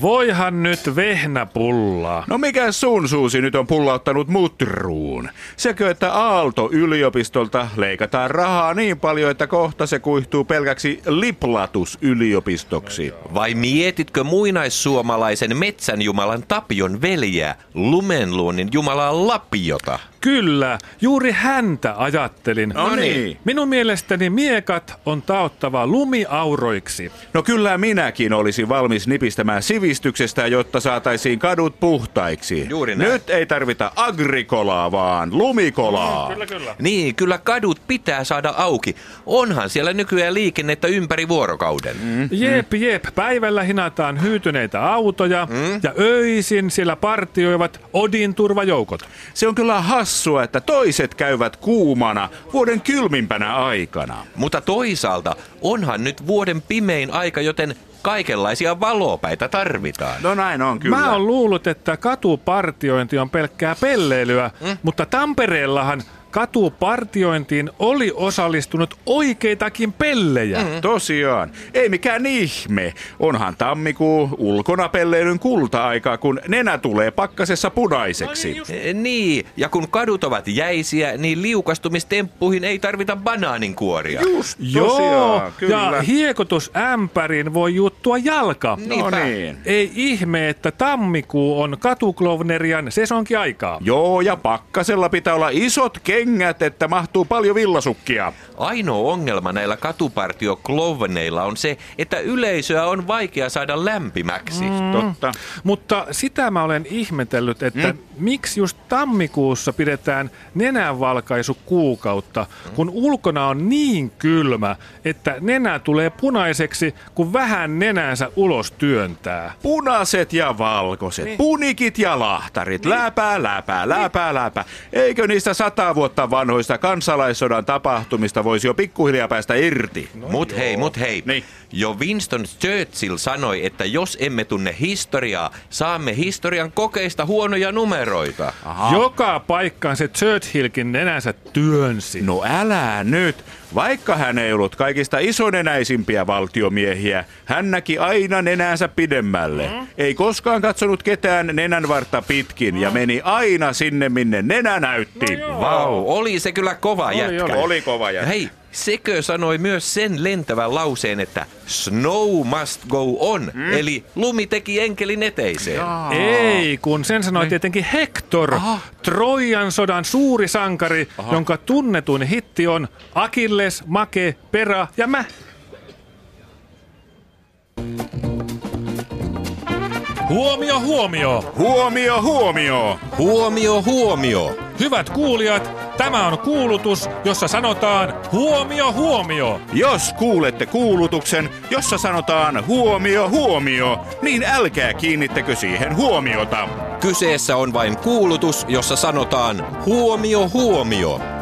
Voihan nyt vehnäpullaa. No mikä sun suusi nyt on pullauttanut mutruun? Sekö, että Aalto-yliopistolta leikataan rahaa niin paljon, että kohta se kuihtuu pelkäksi liplatusyliopistoksi? Vai mietitkö muinaissuomalaisen metsänjumalan Tapion veljää, lumenluonnin jumalaa Lapiota? Kyllä, juuri häntä ajattelin. No niin. Minun mielestäni miekat on taottava lumiauroiksi. No kyllä minäkin olisin valmis nipistämään sivistyksestä, jotta saataisiin kadut puhtaiksi. Juuri näin. Nyt ei tarvita agrikolaa, vaan lumikolaa. kyllä. Niin, kyllä kadut pitää saada auki. Onhan siellä nykyään liikennettä ympäri vuorokauden. Mm. Jep, jep, päivällä hinataan hyytyneitä autoja Mm. ja öisin siellä partioivat Odin turvajoukot. Se on kyllä hassua, että toiset käyvät kuumana vuoden kylmimpänä aikana. Mutta toisaalta onhan nyt vuoden pimein aika, joten kaikenlaisia valopäitä tarvitaan. No näin on kyllä. Mä oon luullut, että katupartiointi on pelkkää pelleilyä, Mm. mutta Tampereellahan katupartiointiin oli osallistunut oikeitakin pellejä. Mm. Tosiaan, ei mikään ihme. Onhan tammikuu ulkona pelleilyn kulta-aikaa, kun nenä tulee pakkasessa punaiseksi. Eh, Niin, ja kun kadut ovat jäisiä, niin liukastumistemppuihin ei tarvita banaaninkuoria. Just, tosiaan, ja hiekotusämpärin voi juttua jalka. no niin. Ei ihme, että tammikuu on katuklovnerian sesonkiaikaa. Joo, ja pakkasella pitää olla isot kengät, että mahtuu paljon villasukkia. Ainoa ongelma näillä katupartioklovneilla on se, että yleisöä on vaikea saada lämpimäksi. Totta. Mutta sitä mä olen ihmetellyt, että miksi just tammikuussa pidetään nenänvalkaisukuukautta, kun ulkona on niin kylmä, että nenä tulee punaiseksi, kun vähän nenänsä ulos työntää. Punaiset ja valkoiset, punikit ja lahtarit, läpää, läpää, läpää, läpää. Eikö niistä sata vuotta vanhoista kansalaissodan tapahtumista voisi jo pikkuhiljaa päästä irti? No mut hei, mut hei. Niin. Jo Winston Churchill sanoi, että jos emme tunne historiaa, saamme historian kokeista huonoja numeroita. Ah. Aha. Joka paikkaan se Churchillkin nenänsä työnsi. No älä nyt! Vaikka hän ei ollut kaikista isonenäisimpiä valtiomiehiä, hän näki aina nenänsä pidemmälle. Ei koskaan katsonut ketään nenänvartta pitkin ja meni aina sinne, minne nenä näytti. Vau, oli se kyllä kova jätkä. oli. Oli kova Ja jätkä. Hei, Sekö sanoi myös sen lentävän lauseen, että snow must go on, Mm. eli lumi teki enkelin eteiseen. Ei, kun sen sanoi tietenkin Hector, Trojan sodan suuri sankari, jonka tunnetuin hitti on Akilles, Make, Pera ja mä. Huomio, huomio! Huomio, huomio! Huomio, huomio! Hyvät kuulijat, tämä on kuulutus, jossa sanotaan huomio, huomio! Jos kuulette kuulutuksen, jossa sanotaan huomio, huomio, niin älkää kiinnittäkö siihen huomiota. Kyseessä on vain kuulutus, jossa sanotaan huomio, huomio.